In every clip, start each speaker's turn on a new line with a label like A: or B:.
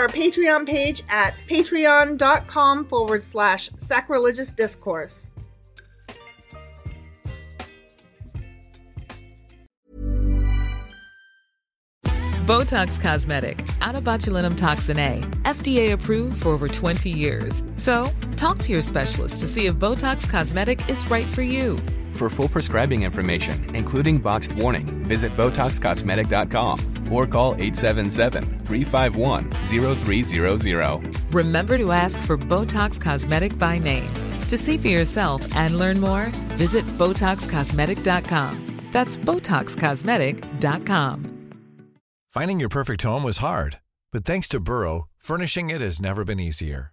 A: our Patreon page at patreon.com forward slash sacrilegious discourse.
B: Botox Cosmetic, out of botulinum toxin A, FDA approved for over 20 years. So, talk to your specialist to see if Botox Cosmetic is right for you.
C: For full prescribing information, including boxed warning, visit BotoxCosmetic.com or call 877-351-0300.
B: Remember to ask for Botox Cosmetic by name. To see for yourself and learn more, visit BotoxCosmetic.com. That's BotoxCosmetic.com.
D: Finding your perfect home was hard, but thanks to Burrow, furnishing it has never been easier.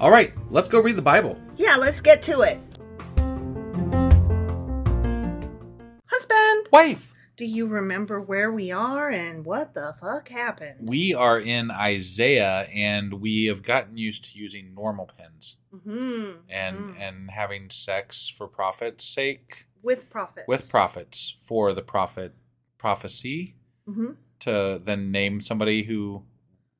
E: All right, let's go read the Bible.
A: Yeah, let's get to it. Husband,
E: Wife!
A: do you remember where we are and what the fuck happened?
E: We are in Isaiah and we have gotten used to using normal pens
A: Mm-hmm.
E: and and having sex for profit's sake
A: With prophets.
E: with prophets for the prophet prophecy
A: Mm-hmm.
E: to then name somebody who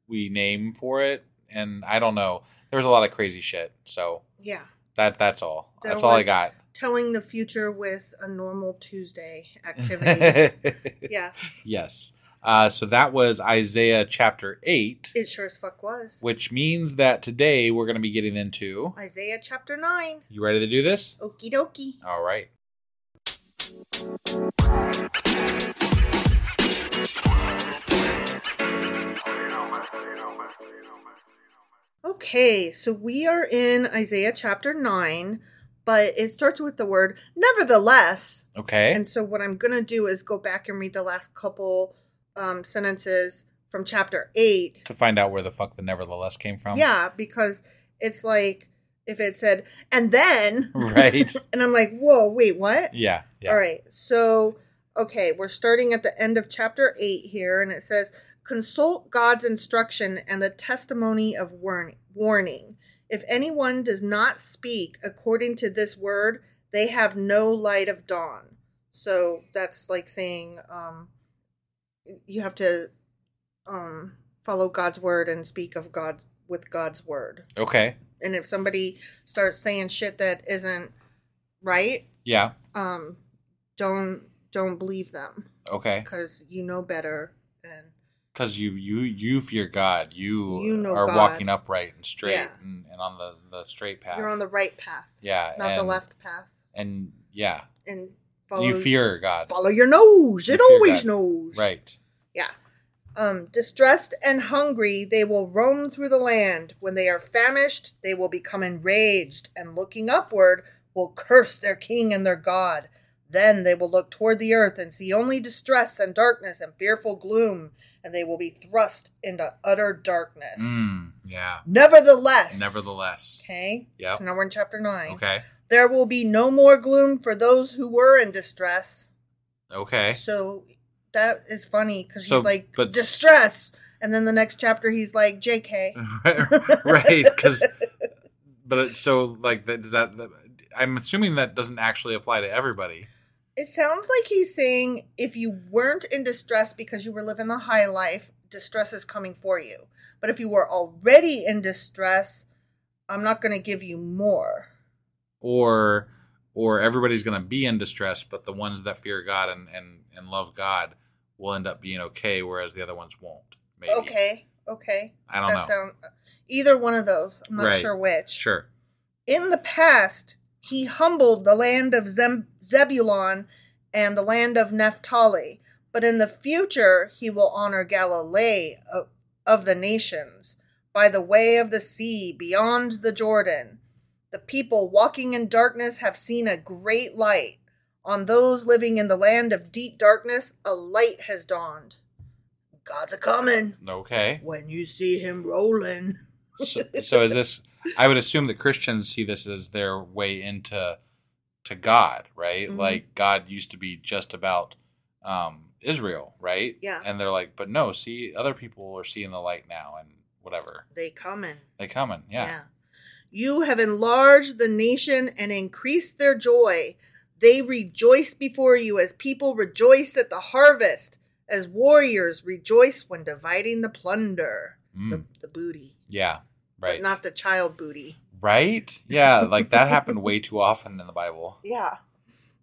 E: we name for it and I don't know. There was a lot of crazy shit. So
A: Yeah.
E: that that's all.
A: That
E: that's all I
A: was
E: got.
A: Telling the future with a normal Tuesday activity. yeah,
E: Yes. Uh, so that was Isaiah chapter 8,
A: it sure as fuck was.
E: which means that today we're going to be getting into.
A: Isaiah chapter 9.
E: You ready to do this?
A: Okie dokie.
E: All right.
A: Okay, so we are in Isaiah chapter 9, but it starts with the word nevertheless.
E: Okay.
A: And so what I'm going to do is go back and read the last couple um, sentences from chapter 8.
E: to find out where the fuck the nevertheless came from.
A: Yeah, because it's like if it said, and then.
E: Right.
A: and I'm like, whoa, wait, what?
E: Yeah. Yeah.
A: All right. So, okay, we're starting at the end of chapter 8 here, and it says, Consult God's instruction and the testimony of warn- warning. If anyone does not speak according to this word, they have no light of dawn. So that's like saying um, you have to um, follow God's word and speak of God's with God's word.
E: Okay.
A: And if somebody starts saying shit that isn't right,
E: Yeah.
A: um, don't don't believe them
E: Okay.
A: because you know better. And
E: Because you you you fear God. You,
A: You know
E: are
A: God.
E: walking upright and straight
A: Yeah.
E: and, and on the the straight path.
A: you're on the right path,
E: yeah,
A: not the
E: and-
A: left path.
E: and yeah,
A: And follow
E: you fear God.
A: follow your nose.
E: You
A: It
E: fear
A: always
E: God.
A: knows.
E: Right.
A: Yeah. Um, distressed and hungry, they will roam through the land. When they are famished, they will become enraged, and looking upward, will curse their king and their God. Then they will look toward the earth and see only distress and darkness and fearful gloom, and they will be thrust into utter darkness.
E: Mm, yeah.
A: Nevertheless.
E: Nevertheless.
A: Okay.
E: Yep.
A: So now we're in chapter 9.
E: Okay.
A: There will be no more gloom for those who were in distress.
E: Okay.
A: So that is funny because
E: So,
A: he's like
E: but-
A: distress, and then the next chapter he's like
E: Mm-hmm.
A: J.K.
E: right. Because, but it- so like that does that. I'm assuming that doesn't actually apply to everybody.
A: It sounds like he's saying if you weren't in distress because you were living the high life, distress is coming for you. But if you were already in distress, I'm not going to give you more.
E: or or everybody's going to be in distress, but the ones that fear God and, and, and love God will end up being okay, whereas the other ones won't. Maybe.
A: Okay, okay.
E: I don't know.
A: sound- either one of those. I'm not
E: Right.
A: sure which.
E: Sure.
A: In the past, he humbled the land of Zem- Zebulon and the land of Naphtali, but in the future he will honor Galilee of, of the nations by the way of the sea beyond the Jordan. The people walking in darkness have seen a great light. On those living in the land of deep darkness, a light has dawned. God's a coming
E: Okay.
A: when you see him rolling.
E: So, so is this? I would assume that Christians see this as their way into to God, right?
A: Mhm.
E: Like God used to be just about um, Israel, right?
A: Yeah.
E: And they're like, but no, see, other people are seeing the light now, and whatever
A: They coming.
E: they coming, yeah.
A: You have enlarged the nation and increased their joy. They rejoice before you as people rejoice at the harvest, as warriors rejoice when dividing the plunder, the,
E: Mm.
A: the booty,
E: yeah, right.
A: but not the child booty.
E: Right? Yeah, like that happened way too often in the Bible.
A: Yeah.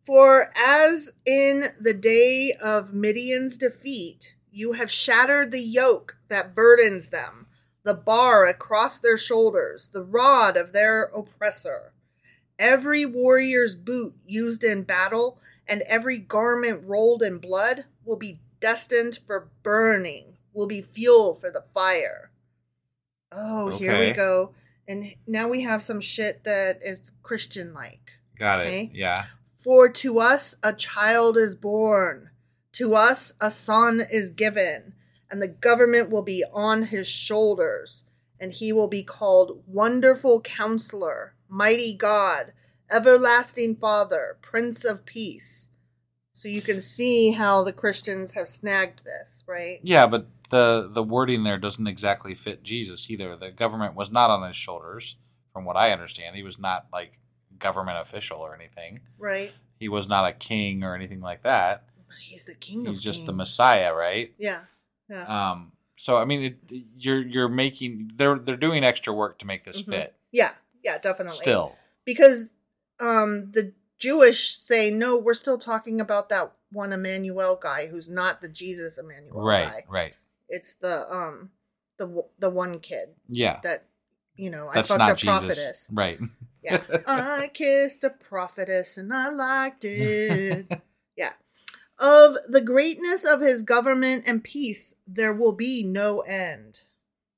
A: For as in the day of Midian's defeat, you have shattered the yoke that burdens them, the bar across their shoulders, the rod of their oppressor. Every warrior's boot used in battle and every garment rolled in blood will be destined for burning, will be fuel for the fire. Oh, here we
E: Okay.
A: go. And now we have some shit that is Christian like.
E: Got
A: Okay.
E: it. Yeah.
A: For to us a child is born, to us a son is given, and the government will be on his shoulders, and he will be called Wonderful Counselor, Mighty God, Everlasting Father, Prince of Peace. So you can see how the Christians have snagged this, right?
E: Yeah, but the the wording there doesn't exactly fit Jesus either. The government was not on his shoulders, from what I understand. He was not like government official or anything.
A: Right?
E: He was not a king or anything like that.
A: He's the king of
E: He's just the
A: kings.
E: Messiah, right?
A: Yeah. Yeah.
E: Um so I mean it, you're you're making they're they're doing extra work to make this
A: Mhm.
E: fit
A: Yeah. Yeah, definitely.
E: still.
A: because um the Jewish say no, we're still talking about that one Emmanuel guy who's not the Jesus Emmanuel
E: Right,
A: guy.
E: right.
A: It's the um the w- the one kid
E: Yeah.
A: that you know
E: That's
A: I fucked a
E: not Jesus.
A: prophetess.
E: Right.
A: Yeah, I kissed a prophetess and I liked it. yeah. Of the greatness of his government and peace, there will be no end.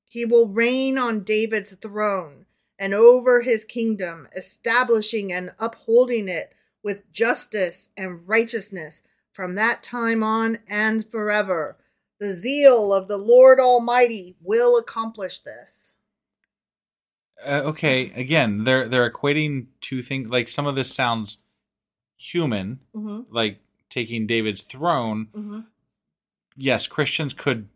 A: He will reign on David's throne and over his kingdom, establishing and upholding it with justice and righteousness from that time on and forever. The zeal of the Lord Almighty will accomplish this.
E: uh, okay again they're they're equating two things like some of this sounds human
A: Mm-hmm.
E: like taking david's throne
A: Mm-hmm.
E: yes christians could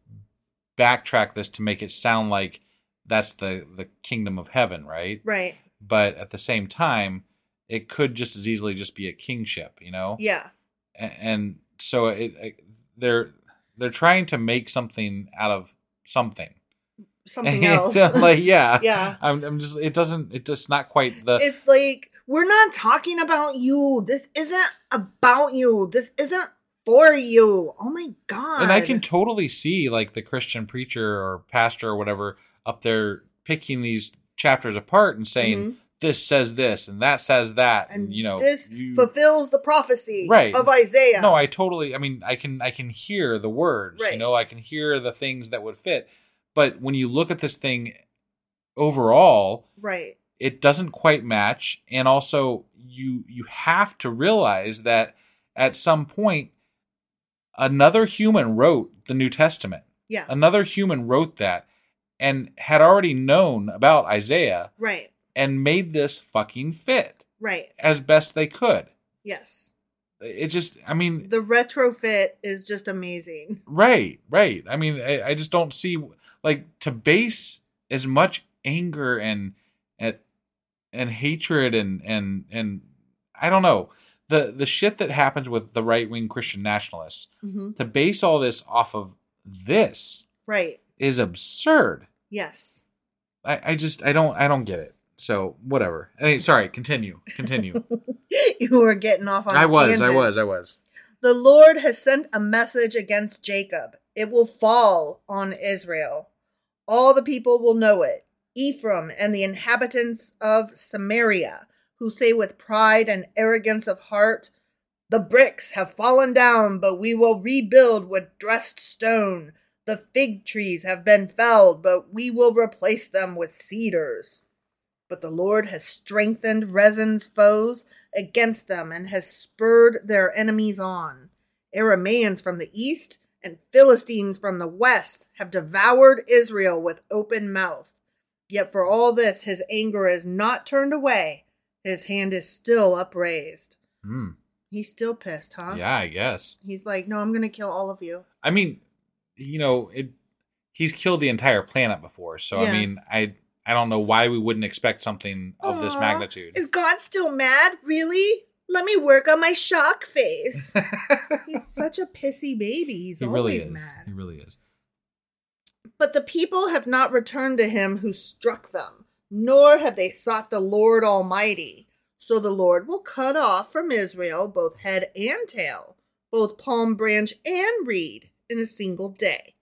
E: backtrack this to make it sound like that's the the kingdom of heaven right
A: Right.
E: but at the same time it could just as easily just be a kingship you know
A: Yeah.
E: A- and so it, it they're they're trying to make something out of something
A: something else.
E: like yeah,
A: Yeah.
E: I'm, I'm just it doesn't it just not quite the
A: it's like we're not talking about you. This isn't about you. This isn't for you. Oh my god.
E: and I can totally see like the Christian preacher or pastor or whatever up there picking these chapters apart and saying this says this and that says that and, you know
A: Mm-hmm. this
E: you-
A: fulfills the prophecy
E: Right.
A: of Isaiah.
E: No, I totally. I mean, I can I can hear the words. You
A: Right.
E: know, I can hear the things that would fit. But when you look at this thing overall,
A: right.
E: it doesn't quite match. And also, you you have to realize that at some point, another human wrote the New Testament.
A: Yeah.
E: Another human wrote that, and had already known about Isaiah
A: right.
E: and made this fucking fit
A: Right.
E: as best they could.
A: Yes.
E: It just, I mean,
A: The retrofit is just amazing.
E: Right, right. I mean, I, I just don't see like to base as much anger and and and hatred and and and I don't know the the shit that happens with the right wing Christian nationalists
A: Mhm.
E: to base all this off of this
A: Right.
E: is absurd.
A: Yes.
E: I, I just I don't I don't get it. So whatever. Hey, sorry. Continue. Continue.
A: you were getting off on a
E: I was. I
A: tangent.
E: was. I was.
A: The Lord has sent a message against Jacob. It will fall on Israel. All the people will know it. Ephraim and the inhabitants of Samaria, who say with pride and arrogance of heart, The bricks have fallen down, but we will rebuild with dressed stone. The fig trees have been felled, but we will replace them with cedars. But the Lord has strengthened Rezin's foes against them and has spurred their enemies on. Arameans from the east and Philistines from the west have devoured Israel with open mouth. Yet for all this, his anger is not turned away. His hand is still upraised.
E: Hmm.
A: He's still pissed, huh?
E: Yeah, I guess.
A: He's like, no, I'm going to kill all of you.
E: I mean, you know, it. He's killed the entire planet before, so I
A: Yeah.
E: mean, I I don't know why we wouldn't expect something of this
A: Aw,
E: magnitude.
A: Is God still mad? Really? Let me work on my shock face. He's such a pissy baby. He's
E: he really
A: always
E: is.
A: mad.
E: He really is.
A: But the people have not returned to him who struck them, nor have they sought the Lord Almighty. So the Lord will cut off from Israel both head and tail, both palm branch and reed, in a single day.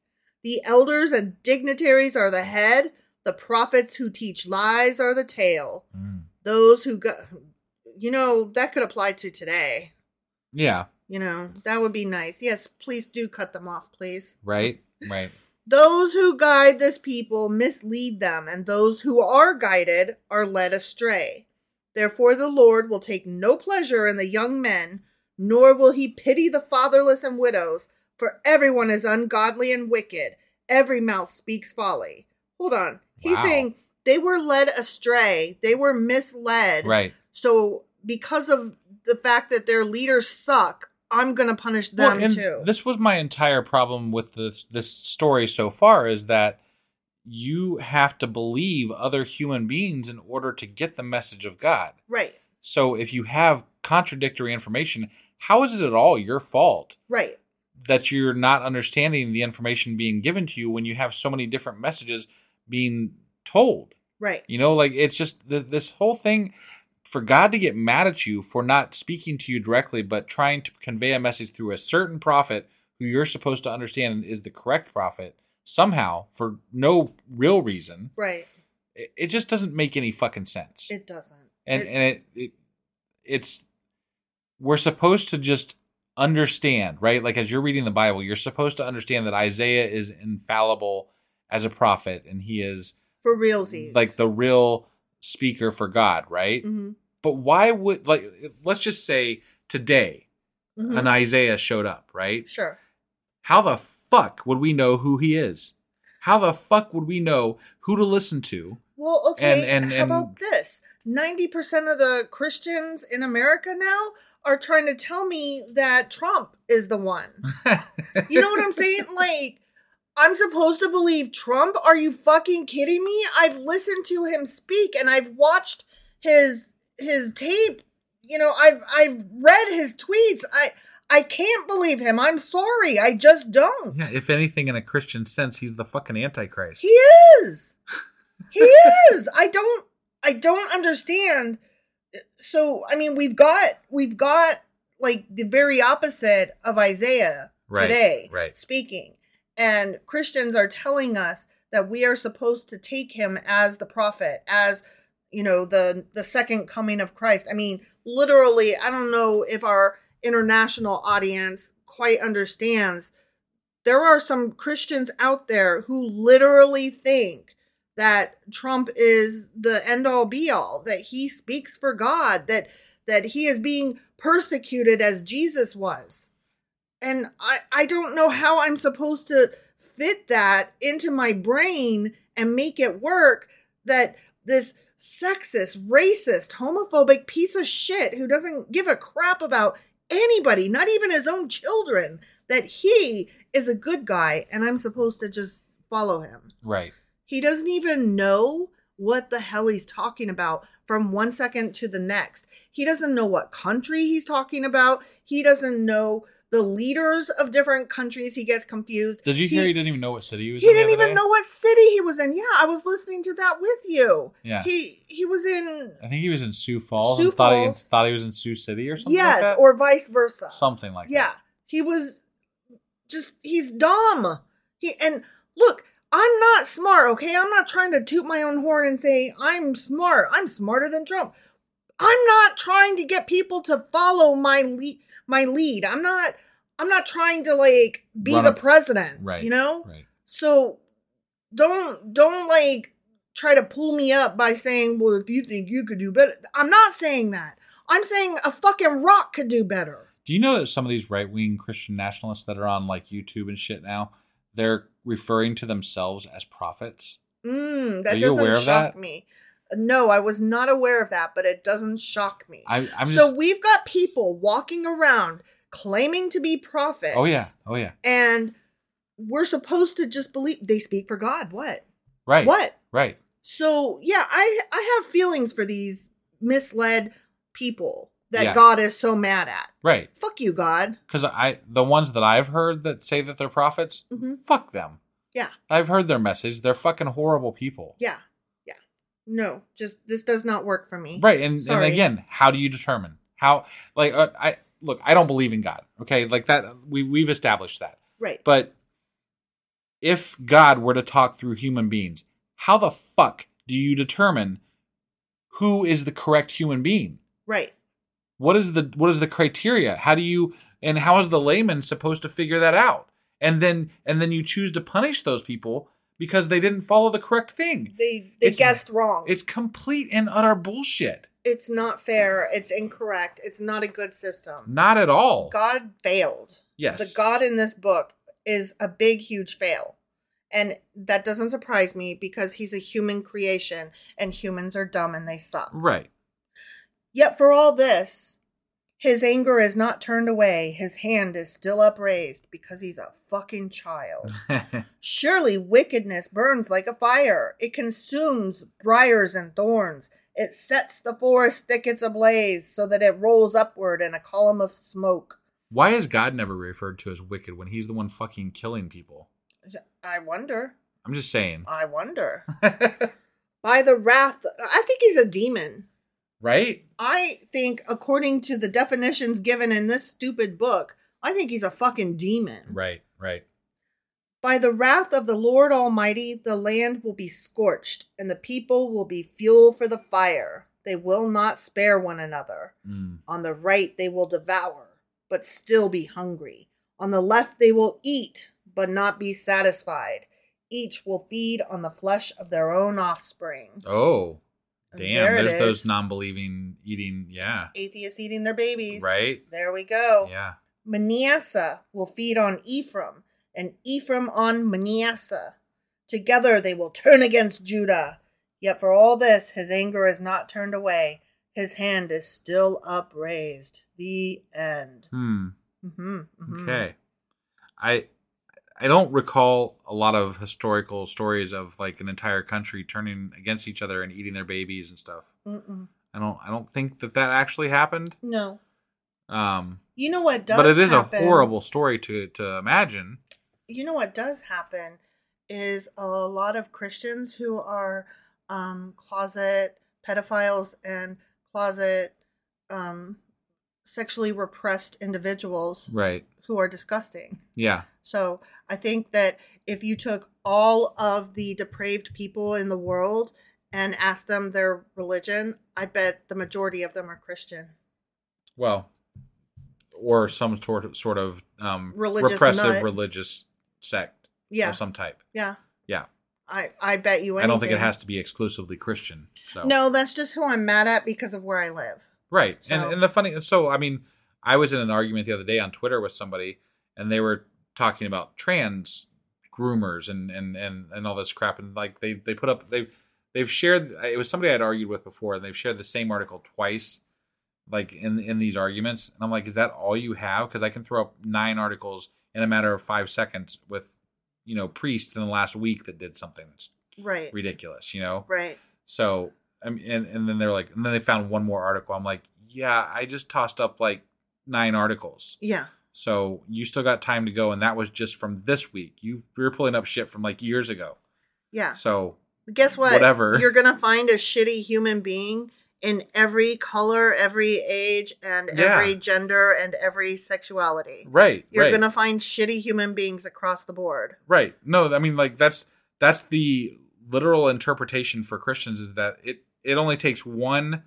A: The elders and dignitaries are the head, the prophets who teach lies are the tail.
E: Mm.
A: Those who go, you know, that could apply to today.
E: Yeah.
A: You know, that would be nice. Yes, please do cut them off, please.
E: Right. Right.
A: Those who guide this people mislead them, and those who are guided are led astray. Therefore, the Lord will take no pleasure in the young men, nor will he pity the fatherless and widows, for everyone is ungodly and wicked. Every mouth speaks folly. Hold on. He's
E: Wow.
A: saying they were led astray, they were misled.
E: Right.
A: So, because of the fact that their leaders suck, I'm going to punish them
E: and
A: too.
E: This was my entire problem with this this story so far is that you have to believe other human beings in order to get the message of God.
A: right,
E: So if you have contradictory information, how is it at all your fault?
A: right.
E: that you're not understanding the information being given to you when you have so many different messages being told.
A: Right.
E: You know, like it's just th- this whole thing for God to get mad at you for not speaking to you directly, but trying to convey a message through a certain prophet who you're supposed to understand is the correct prophet somehow for no real reason.
A: Right.
E: It, it just doesn't make any fucking sense
A: It doesn't.
E: and
A: It-
E: and it, it it's we're supposed to just understand right like as you're reading the bible you're supposed to understand that isaiah is infallible as a prophet and he is
A: for realsies.
E: like the real speaker for god right
A: Mhm,
E: but why would like let's just say today
A: mhm.
E: an isaiah showed up right
A: sure.
E: how the fuck would we know who he is how the fuck would we know who to listen to
A: Well, okay.
E: And- and-
A: how
E: and-
A: about this? Ninety percent of the Christians in America now are trying to tell me that Trump is the one. you know what I'm saying? Like, I'm supposed to believe Trump? Are you fucking kidding me? I've listened to him speak and I've watched his his tape. You know, I've I've read his tweets. I I can't believe him. I'm sorry. I just don't.
E: Yeah, if anything, in a Christian sense, he's the fucking Antichrist.
A: he is. He is. I don't I don't understand. So, I mean, we've got we've got like the very opposite of Isaiah
E: Right,
A: today
E: right.
A: speaking. And Christians are telling us that we are supposed to take him as the prophet, as you know, the the second coming of Christ. I mean, literally, I don't know if our international audience quite understands there are some Christians out there who literally think that Trump is the end all be all, that he speaks for God, that that he is being persecuted as Jesus was. And I, I don't know how I'm supposed to fit that into my brain and make it work that this sexist, racist, homophobic piece of shit who doesn't give a crap about anybody, not even his own children, that he is a good guy and I'm supposed to just follow him.
E: Right.
A: He doesn't even know what the hell he's talking about from one second to the next. He doesn't know what country he's talking about. He doesn't know the leaders of different countries. He gets confused.
E: Did you hear he, didn't even know what city he was
A: He
E: in? the
A: didn't
E: other
A: even
E: day?
A: know what city he was in. Yeah, I was listening to that with you.
E: Yeah.
A: He he was in
E: I think he was in Sioux Falls
A: Sioux
E: and thought he,
A: Falls.
E: thought he was in Sioux City or something like
A: yes,
E: that.
A: or vice versa.
E: something like
A: yeah,
E: that.
A: he was just he's dumb. He and look, I'm not smart. Okay, I'm not trying to toot my own horn and say I'm smart. I'm smarter than Trump. I'm not trying to get people to follow my lead. My lead. I'm not. I'm not trying to like be
E: Run
A: the
E: a-
A: president.
E: Right.
A: You know.
E: Right.
A: So don't don't like try to pull me up by saying, "Well, if you think you could do better," I'm not saying that. I'm saying a fucking rock could do better.
E: Do you know that some of these right wing Christian nationalists that are on like YouTube and shit now, they're referring to themselves as prophets?
A: Mm, that
E: Are you
A: doesn't
E: aware of
A: shock
E: that?
A: me. Uh, No, I was not aware of that, but it doesn't shock me.
E: I, I'm just.
A: so we've got people walking around claiming to be prophets.
E: oh yeah. Oh yeah.
A: and we're supposed to just believe they speak for God. What?
E: Right.
A: What?
E: Right.
A: So yeah, I I have feelings for these misled people that
E: Yeah.
A: God is so mad at.
E: Right.
A: Fuck you, God.
E: Because I the ones that I've heard that say that they're prophets,
A: Mhm.
E: fuck them.
A: Yeah,
E: I've heard their message. They're fucking horrible people.
A: yeah, yeah. No, just this does not work for me.
E: Right, and, and
A: Sorry.
E: again, how do you determine how? Like, uh, I look, I don't believe in God. Okay, like that, we we've established that.
A: right.
E: But if God were to talk through human beings, how the fuck do you determine who is the correct human being?
A: right.
E: What is the what is the criteria? How do you and how is the layman supposed to figure that out? And then and then you choose to punish those people because they didn't follow the correct thing.
A: They they
E: It's-
A: guessed wrong.
E: It's complete and utter bullshit.
A: it's not fair. It's incorrect. It's not a good system.
E: Not at all.
A: God failed.
E: Yes.
A: The God in this book is a big, huge fail. And that doesn't surprise me because he's a human creation and humans are dumb and they suck.
E: Right.
A: Yet for all this, his anger is not turned away. His hand is still upraised because he's a fucking child. Surely wickedness burns like a fire. It consumes briars and thorns. It sets the forest thickets ablaze so that it rolls upward in a column of smoke.
E: Why is God never referred to as wicked when he's the one fucking killing people?
A: I wonder.
E: I'm just saying.
A: I wonder. By the wrath. I think he's a demon.
E: right?
A: I think, according to the definitions given in this stupid book, I think he's a fucking demon.
E: Right, right.
A: By the wrath of the Lord Almighty, the land will be scorched, and the people will be fuel for the fire. They will not spare one another.
E: Mm.
A: On the right, they will devour, but still be hungry. On the left, they will eat, but not be satisfied. Each will feed on the flesh of their own offspring.
E: Oh.
A: And
E: Damn,
A: there it
E: there's
A: is.
E: those non believing eating yeah.
A: Atheists eating their babies.
E: Right.
A: There we go.
E: Yeah.
A: Manasseh will feed on Ephraim, and Ephraim on Manasseh. Together they will turn against Judah. Yet for all this, his anger is not turned away. His hand is still upraised. The end.
E: Hmm.
A: hmm hmm
E: Okay. I I don't recall a lot of historical stories of like an entire country turning against each other and eating their babies and stuff.
A: Mm-mm.
E: I don't I don't think that that actually happened.
A: No.
E: Um,
A: You know what does
E: but it is
A: happen?
E: a horrible story to to imagine.
A: you know what does happen is a lot of Christians who are um, closet pedophiles and closet um, sexually repressed individuals
E: Right.
A: who are disgusting.
E: Yeah.
A: So I think that if you took all of the depraved people in the world and asked them their religion, I bet the majority of them are Christian.
E: Well, or some sort of, sort of um,
A: Religious
E: repressive
A: nut.
E: religious sect
A: Yeah.
E: of some type.
A: Yeah.
E: Yeah.
A: I, I bet you
E: I
A: anything.
E: don't think it has to be exclusively Christian. So
A: No, that's just who I'm mad at because of where I live.
E: Right.
A: So-
E: And and the funny so I mean, I was in an argument the other day on Twitter with somebody and they were talking about trans groomers and and and, and all this crap and like they they put up they've they've shared it was somebody I'd argued with before and they've shared the same article twice like in in these arguments and I'm like is that all you have cuz I can throw up nine articles in a matter of 5 seconds with you know priests in the last week that did something that's
A: Right.
E: ridiculous, you know.
A: Right.
E: So I mean, and, and then they're like, and then they found one more article. I'm like, yeah, I just tossed up like nine articles.
A: Yeah.
E: So you still got time to go, and that was just from this week. You you're pulling up shit from like years ago.
A: Yeah.
E: So
A: Guess what?
E: whatever.
A: You're going to find a shitty human being in every color, every age, and
E: Yeah.
A: every gender, and every sexuality.
E: right,
A: You're
E: right,
A: going to find shitty human beings across the board.
E: right. No, I mean like that's that's the literal interpretation for Christians is that it it only takes one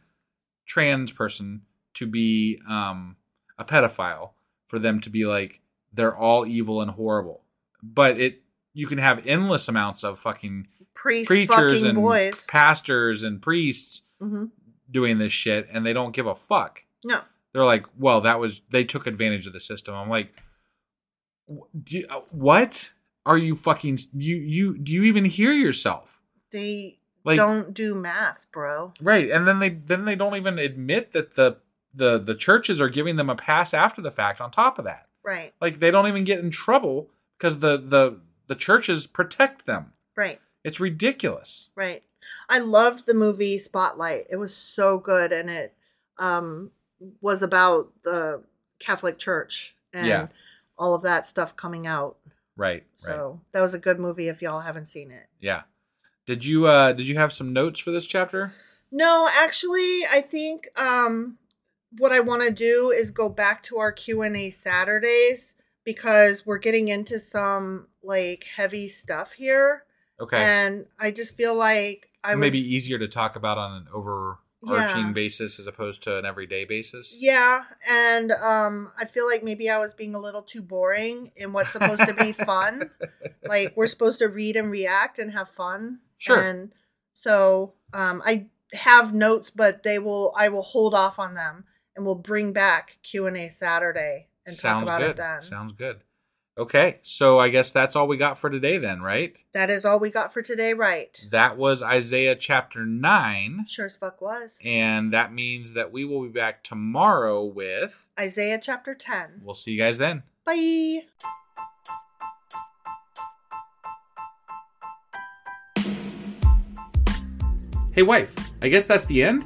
E: trans person to be um a pedophile for them to be like they're all evil and horrible. But it you can have endless amounts of fucking
A: Priests,
E: preachers
A: fucking
E: and
A: boys.
E: pastors and priests
A: hmm
E: doing this shit and they don't give a fuck.
A: No.
E: They're like, "Well, that was they took advantage of the system." I'm like, "Wh- do you- uh, "What are you fucking you you do you even hear yourself?"
A: They
E: Like-
A: don't do math, bro.
E: Right, and then they then they don't even admit that the the the churches are giving them a pass after the fact. On top of that,
A: Right.
E: like they don't even get in trouble because the the the churches protect them.
A: Right.
E: It's ridiculous.
A: Right. I loved the movie Spotlight. It was so good and it um was about the Catholic Church and
E: Yeah.
A: all of that stuff coming out.
E: Right. Right.
A: So that was a good movie if y'all haven't seen it.
E: Yeah. Did you uh did you have some notes for this chapter?
A: No, actually, I think um what I want to do is go back to our Q&A Saturdays because we're getting into some like heavy stuff here
E: Okay.
A: and I just feel like I
E: Maybe
A: was
E: easier to talk about on an overarching
A: Yeah.
E: basis as opposed to an everyday basis.
A: Yeah, and um, I feel like maybe I was being a little too boring in what's supposed to be fun. Like we're supposed to read and react and have fun.
E: Sure.
A: And so um, I have notes, but they will. I will hold off on them, and we'll bring back Q and A Saturday and
E: Sounds
A: talk about
E: good.
A: it then.
E: Sounds good. Okay. So I guess that's all we got for today then, right?
A: that is all we got for today, right?
E: That was Isaiah chapter 9.
A: Sure as fuck was
E: And that means that we will be back tomorrow with.
A: Isaiah chapter ten.
E: We'll see you guys then.
A: Bye.
E: Hey, wife, I guess that's the end?